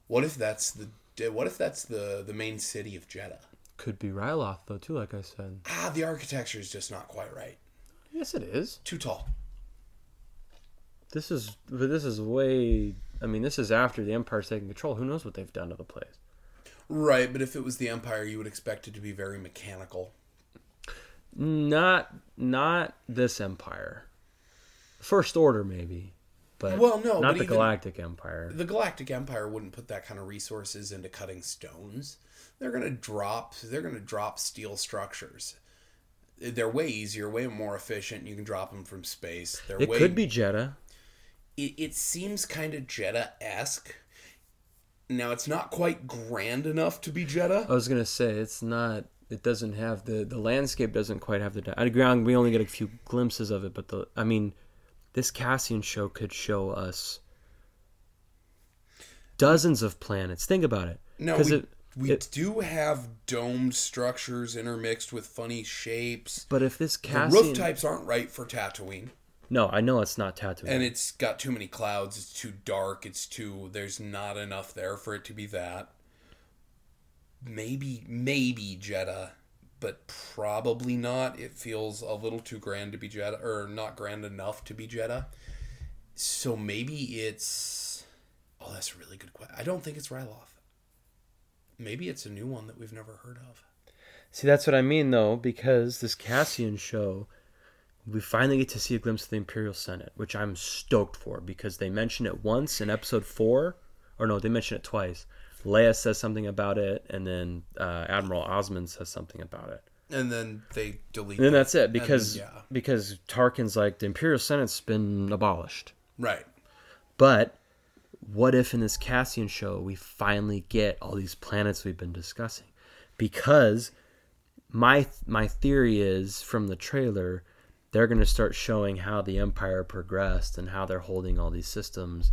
What if that's the what if that's the the main city of Jeddah? Could be Ryloth though too, like I said. Ah, the architecture is just not quite right. Yes, it is. Too tall. This is, but this is way. I mean, this is after the Empire's taking control. Who knows what they've done to the place? Right, but if it was the Empire, you would expect it to be very mechanical. Not, not this Empire. First Order maybe, but Well, no, not but the even- Galactic Empire. the Galactic Empire wouldn't put that kind of resources into cutting stones. They're gonna drop. They're gonna drop steel structures. They're way easier, way more efficient. You can drop them from space. They're It way could be Jeddah. it, it seems kind of Jeddah esque. Now it's not quite grand enough to be Jeddah. I was gonna say it's not. It doesn't have the the landscape doesn't quite have the. di- I ground. We only get a few glimpses of it, but the. I mean, this Cassian show could show us dozens of planets. Think about it. No, 'Cause we, it- we it- do have domed structures intermixed with funny shapes. but if this The Cassian, roof types aren't right for Tatooine, no, I know it's not Tatooine. and it's got too many clouds. It's too dark. It's too there's not enough there for it to be that. Maybe maybe Jeddah, but probably not. It feels a little too grand to be Jeddah, or not grand enough to be Jeddah. So maybe it's. Oh, that's a really good question. I don't think it's Ryloth. Maybe it's a new one that we've never heard of. See, that's what I mean, though, because this Cassian show, we finally get to see a glimpse of the Imperial Senate, which I'm stoked for because they mention it once in episode four, or no, they mention it twice. Leia says something about it, and then uh, Admiral Osman says something about it. And then they delete. And then that. that's it And then- because yeah, because Tarkin's like the Imperial Senate's been abolished. right. But what if in this Cassian show we finally get all these planets we've been discussing? Because my my theory is from the trailer, they're going to start showing how the empire progressed and how they're holding all these systems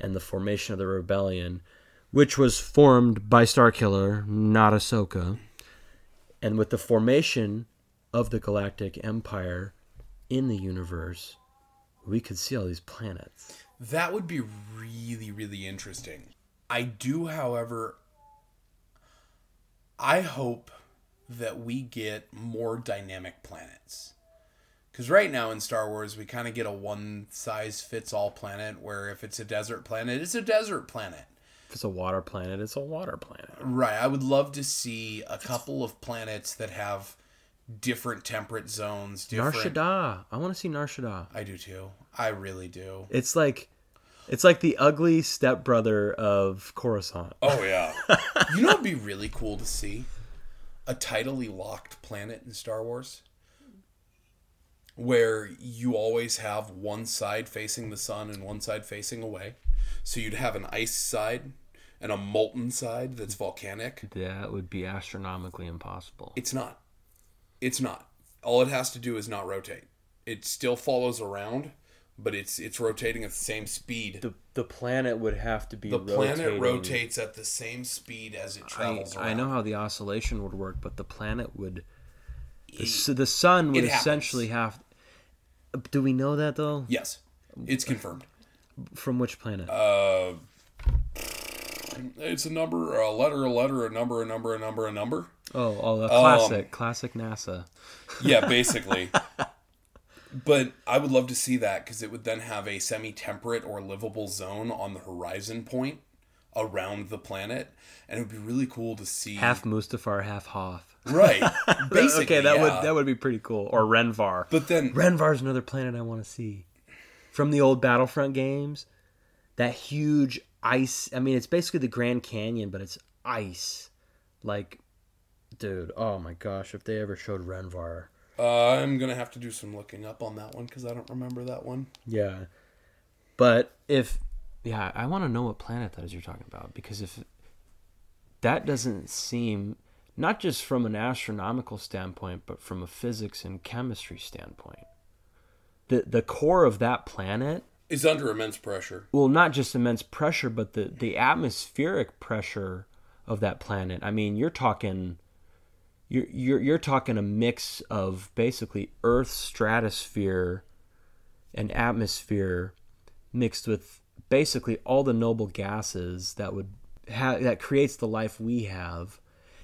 and the formation of the rebellion, which was formed by Starkiller, not Ahsoka. And with the formation of the Galactic Empire in the universe, we could see all these planets. That would be really, really interesting. I do, however, I hope that we get more dynamic planets. Because right now in Star Wars, we kind of get a one size fits all planet where if it's a desert planet, it's a desert planet. If it's a water planet, it's a water planet. Right. I would love to see a couple of planets that have different temperate zones. Different... Narshada. I want to see Narshada. I do too. I really do. It's like it's like the ugly stepbrother of Coruscant. Oh yeah. you know, it'd be really cool to see a tidally locked planet in Star Wars, where you always have one side facing the sun and one side facing away. So you'd have an ice side and a molten side that's volcanic. That would be astronomically impossible. It's not. It's not. All it has to do is not rotate. It still follows around, but it's it's rotating at the same speed. The, the the planet would have to be planet rotating. rotates at the same speed as it I, travels around. I know how the oscillation would work, but the planet would the, s- the sun would it happens. essentially have. Do we know that though? Yes, it's confirmed. From which planet? It's a number, a letter, a letter, a number, a number, a number, a number. oh, oh, the classic, classic NASA. Yeah, basically. but I would love to see that because it would then have a semi temperate or livable zone on the horizon point around the planet. And it would be really cool to see. Half Mustafar, half Hoth. Right. Basically. okay, that yeah. would that would be pretty cool. Or Renvar. But then, Renvar's another planet I want to see. From the old Battlefront games, that huge ice. I mean, it's basically the Grand Canyon, but it's ice. Like, dude, oh my gosh, if they ever showed Renvar. uh, I'm going to have to do some looking up on that one because I don't remember that one. Yeah. But if. Yeah, I want to know what planet that is you're talking about because if that doesn't seem. Not just from an astronomical standpoint, but from a physics and chemistry standpoint. The, the core of that planet It's under immense pressure. well not just immense pressure but the the atmospheric pressure of that planet i mean you're talking you're you're, you're talking a mix of basically earth's stratosphere and atmosphere mixed with basically all the noble gases that would ha- that creates the life we have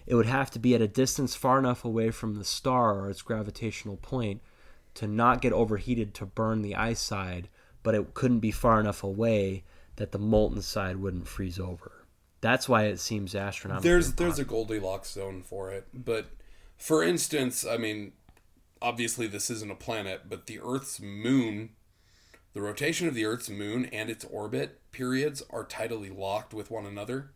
it would have to be at a distance far enough away from the star or its gravitational point to not get overheated to burn the ice side, but it couldn't be far enough away that the molten side wouldn't freeze over. That's why it seems astronomical. there's there's a Goldilocks zone for it, but for instance, I mean, obviously this isn't a planet, but the Earth's moon, the rotation of the Earth's moon and its orbit periods are tidally locked with one another.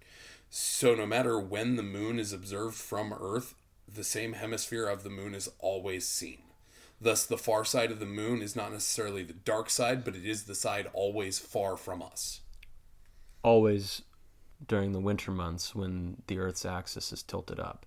So no matter when the moon is observed from Earth, the same hemisphere of the moon is always seen. Thus, the far side of the moon is not necessarily the dark side, but it is the side always far from us. always during the winter months when the Earth's axis is tilted up.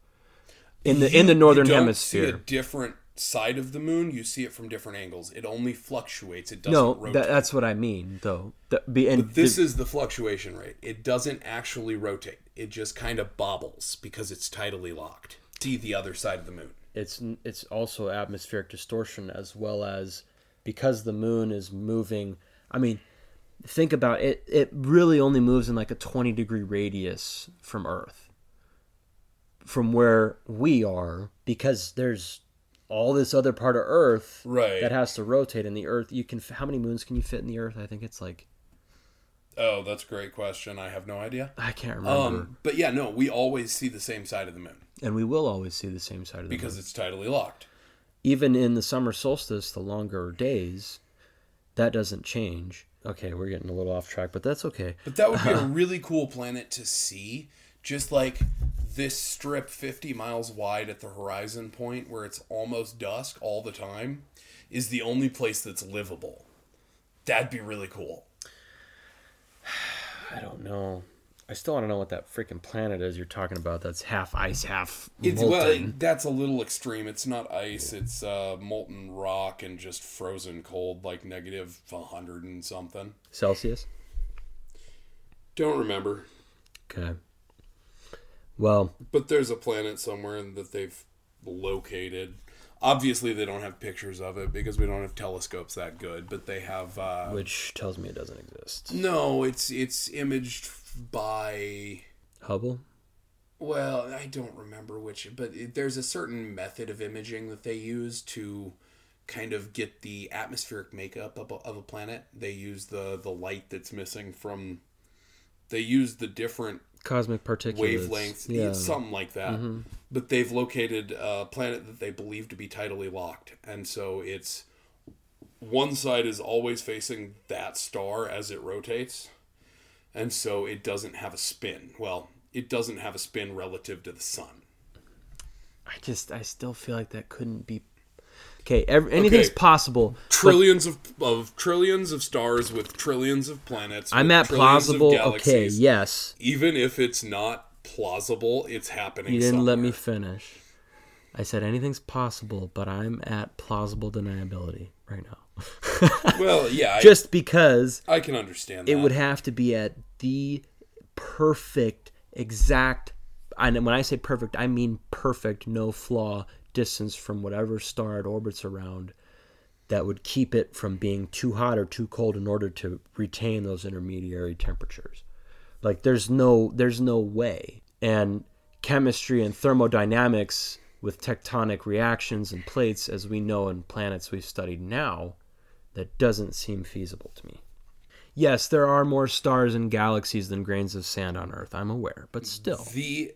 In the in the You northern don't See a hemisphere. different side of the moon. You see it from different angles. It only fluctuates. It doesn't No, rotate. that, that's what I mean though. That be, and this the- is the fluctuation rate. It doesn't actually rotate. It just kind of bobbles because it's tidally locked. See the other side of the moon. it's it's also atmospheric distortion as well as because the moon is moving. I mean, think about it. It really only moves in like a twenty degree radius from Earth, from where we are, because there's all this other part of Earth Right. that has to rotate. And the Earth, you can how many moons can you fit in the Earth? I think it's like Oh, that's a great question. I have no idea. I can't remember. Um, but yeah, no, we always see the same side of the moon and we will always see the same side of the moon. because it's tidally locked. even in the summer solstice, the longer days, that doesn't change. Okay, we're getting a little off track, but that's okay. But that would be a really cool planet to see. Just like this strip 50 miles wide at the horizon point where it's almost dusk all the time is the only place that's livable. That'd be really cool. I don't know. I still want to know what that freaking planet is you're talking about. That's half ice, half It's molten. well, that's a little extreme. It's not ice. It's uh, molten rock and just frozen cold, like negative hundred and something. Celsius. Don't remember, Okay. Well, but there's a planet somewhere that they've located. Obviously, they don't have pictures of it because we don't have telescopes that good. But they have. Uh, which tells me it doesn't exist. no, it's it's imaged by. Hubble. Well, I don't remember which, but it, there's a certain method of imaging that they use to kind of get the atmospheric makeup of a, of a planet. They use the the light that's missing from. They use the different Cosmic particulates. wavelengths, Yeah. Mm-hmm. something like that. But they've located a planet that they believe to be tidally locked, and so it's one side is always facing that star as it rotates, and so it doesn't have a spin. Well, it doesn't have a spin relative to the sun. I just, I still feel like that couldn't be. Okay, every, anything's Okay. possible. Trillions of, of trillions of stars with trillions of planets. I'm with at trillions of plausible. Okay, galaxies. yes. Even if it's not plausible, it's happening. You didn't let me somewhere. finish. I said anything's possible, but I'm at plausible deniability right now. Well, yeah, Just because I, I can understand. it that. would have to be at the perfect, exact, and when I say perfect, I mean perfect, no flaw distance from whatever star it orbits around that would keep it from being too hot or too cold in order to retain those intermediary temperatures. Like there's no there's no way. And chemistry and thermodynamics with tectonic reactions and plates as we know in planets we've studied now that doesn't seem feasible to me. Yes, there are more stars and galaxies than grains of sand on Earth. I'm aware, but still. The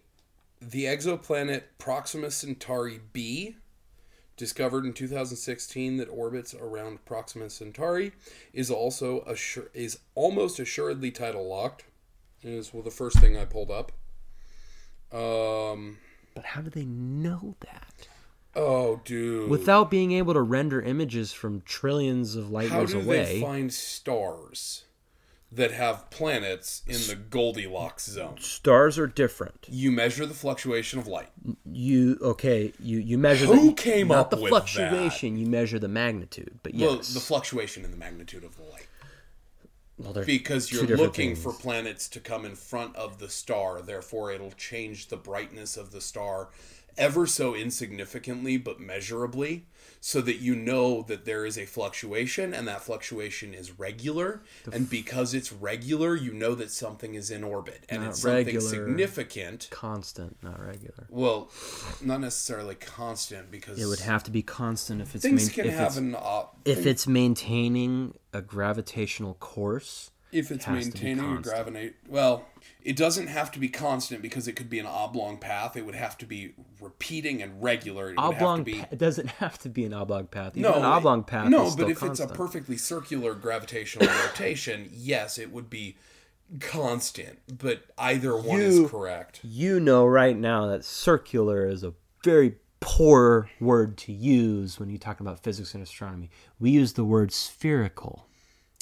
the exoplanet Proxima Centauri b, discovered in 2016 that orbits around Proxima Centauri, is also assur- is almost assuredly tidal locked. Is well the first thing I pulled up. Um. But how do they know that? Oh, dude. Without being able to render images from trillions of light how years do away. they find stars that have planets in the Goldilocks zone? stars are different. You measure the fluctuation of light. You okay? You you measure Who the, came not up the with fluctuation. You measure the magnitude, but yes, Well, the fluctuation in the magnitude of the light. Well, they're because two you're different looking things. for planets to come in front of the star therefore it'll change the brightness of the star ever so insignificantly but measurably so that you know that there is a fluctuation and that fluctuation is regular and because it's regular you know that something is in orbit and Not it's something regular. significant constant, not regular. well not necessarily constant because It would have to be constant if it's things main- can if it's, happen op- if it's maintaining a gravitational course. if it's has to be maintaining a constant. gravitate well it doesn't have to be constant because it could be an oblong path it would have to be repeating and regular it would have to Oblong be pa- it doesn't have to be an oblong path. Even no an oblong path. no is but still if constant. it's a perfectly circular gravitational rotation yes it would be constant but either one You- is correct you know right now that circular is a very poor word to use when you talk about physics and astronomy. We use the word spherical.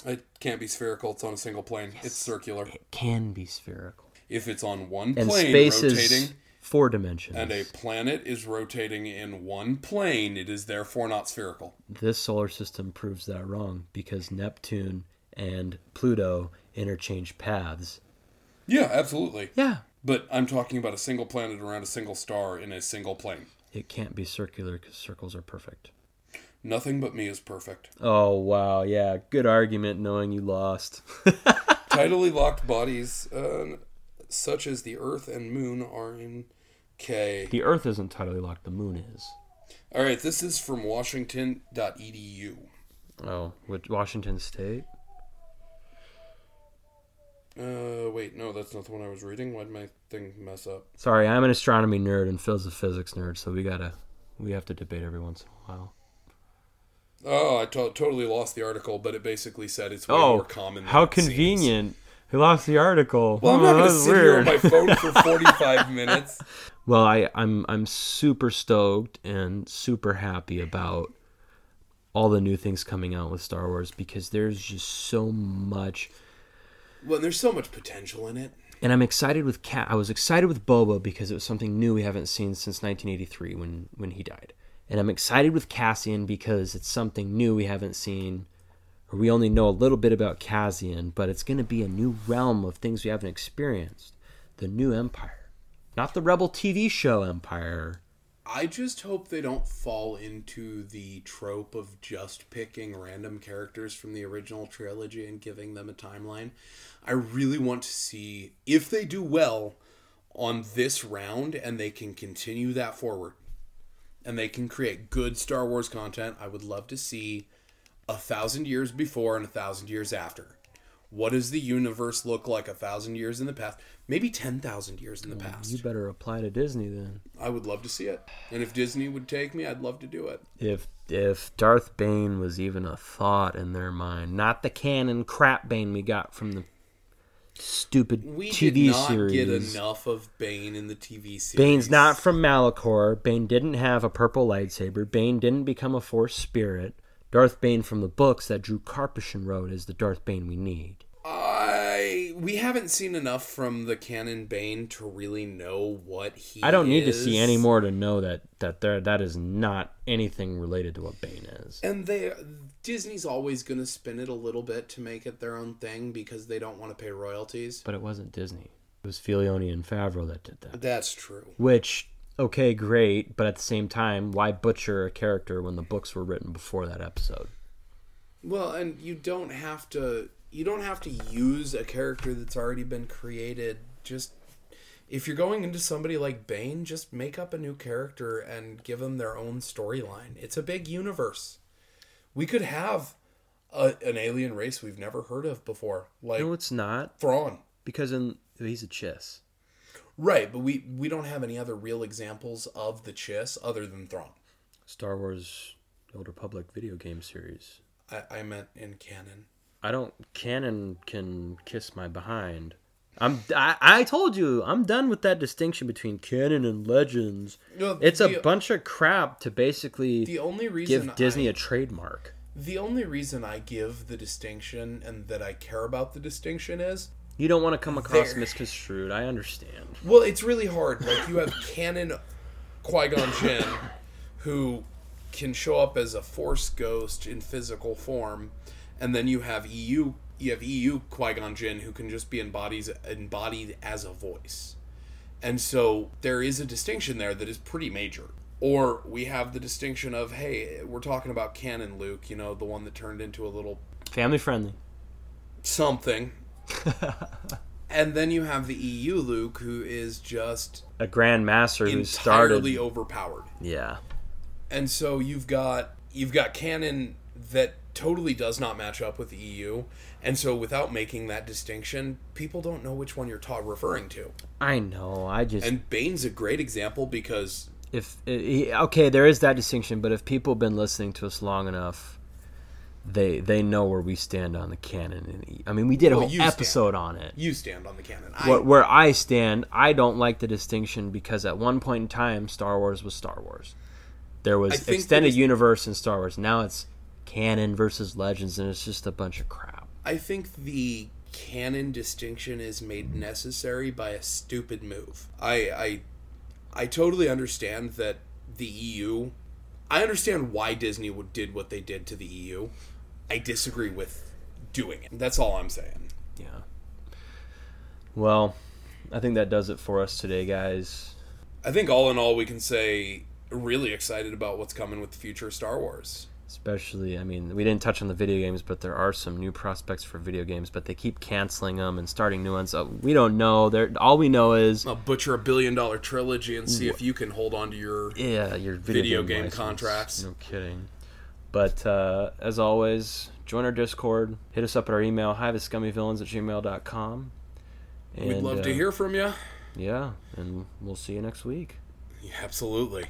It can't be spherical. It's on a single plane. It's circular. It can be spherical. If it's on one and plane space rotating is four dimensions. and a planet is rotating in one plane, it is therefore not spherical. this solar system proves that wrong because Neptune and Pluto interchange paths. Yeah, absolutely. Yeah, But I'm talking about a single planet around a single star in a single plane. it can't be circular because circles are perfect. Nothing but me is perfect. Oh wow, yeah, good argument. Knowing you lost. Tidally locked bodies, uh, such as the Earth and Moon, are in K. The Earth isn't tidally locked, the moon is. All right, this is from E Washington.edu. Oh, with Washington State. Uh, wait, no, that's not the one I was reading. Why'd my thing mess up? Sorry, I'm an astronomy nerd and Phil's a physics nerd, so we gotta we have to debate every once in a while. Oh, I to- totally lost the article, but it basically said it's way Oh, more common. Than Oh, how it seems. convenient. We lost the article. Well, I'm not Oh, going to that's sit here on my phone for 45 minutes. Well, I, I'm I'm super stoked and super happy about all the new things coming out with Star Wars because there's just so much Well, there's so much potential in it. and I'm excited with Cat. I was excited with Boba because it was something new we haven't seen since 1983 when when he died. And I'm excited with Cassian because it's something new we haven't seen, or we only know a little bit about Cassian, but it's going to be a new realm of things we haven't experienced. The new Empire, not the Rebel TV show Empire. I just hope they don't fall into the trope of just picking random characters from the original trilogy and giving them a timeline. I really want to see if they do well on this round and they can continue that forward and they can create good Star Wars content. I would love to see a thousand years before and a thousand years after. What does the universe look like a thousand years in the past? Maybe 10,000 years in the past. You better apply to Disney then. I would love to see it. And if Disney would take me, I'd love to do it. If if Darth Bane was even a thought in their mind, not the canon crap Bane we got from the stupid We TV did not series. get enough of Bane in the TV series. Bane's not from Malachor. Bane didn't have a purple lightsaber. Bane didn't become a Force spirit. Darth Bane from the books that Drew Carpishin wrote is the Darth Bane we need. I we haven't seen enough from the canon Bane to really know what he. I don't need to see is. any more to know that that there that is not anything related to what Bane is. And they Disney's always going to spin it a little bit to make it their own thing because they don't want to pay royalties. But it wasn't Disney. It was Filoni and Favreau that did that. That's true. Which, okay, great, but at the same time, why butcher a character when the books were written before that episode? Well, and you don't have to you don't have to use a character that's already been created. Just if you're going into somebody like Bane, just make up a new character and give them their own storyline. It's a big universe. We could have a, an alien race we've never heard of before, like No, it's not, Thrawn. because in, he's a chiss. Right, but we we don't have any other real examples of the Chiss other than Thrawn. Star Wars The Old Republic video game series. I, I meant in canon. I don't. Canon can kiss my behind. I'm. I, I told you. I'm done with that distinction between canon and legends. No, It's a the- bunch of crap to basically The only reason give Disney I- a trademark. The only reason I give the distinction and that I care about the distinction is You don't want to come across There. misconstrued. I understand. well, it's really hard. Like you have canon Qui Gon Jinn, who can show up as a Force ghost in physical form, and then you have EU you have EU Qui Gon Jinn who can just be embodies embodied as a voice, and so there is a distinction there that is pretty major. Or we have the distinction of hey, we're talking about canon Luke, you know, the one that turned into a little Family friendly. something. and then you have the EU Luke, who is just a grand master who entirely started overpowered. yeah And so you've got you've got canon that totally does not match up with the EU, and so without making that distinction, people don't know which one you're ta- referring to. i know i just And Bane's a great example because if eh, eh, okay there is that distinction but if people have been listening to us long enough they they know where we stand on the canon. And I mean, we did a Well, you whole stand. episode on it. You stand on the canon. I, Where, where I stand, I don't like the distinction because at one point in time, Star Wars was Star Wars. There I was think that extended is- universe in Star Wars. Now it's canon versus legends, and it's just a bunch of crap. I think the canon distinction is made necessary by a stupid move. I I I totally understand that the EU I understand why Disney would- did what they did to the EU. I disagree with doing it. That's all I'm saying. Yeah. Well, I think that does it for us today, guys. I think all in all we can say really excited about what's coming with the future of Star Wars. Especially, I mean, we didn't touch on the video games, but there are some new prospects for video games, but they keep canceling them and starting new ones. Uh, we don't know. They're, all we know is, I'll butcher a billion dollar trilogy and see if you can hold on to your yeah, your video, Video game license. contracts. No kidding. But uh, as always, join our Discord. Hit us up at our email, hive at scummyvillains at gmail.com. And, We'd love to uh, hear from you. Yeah, and we'll see you next week. Absolutely.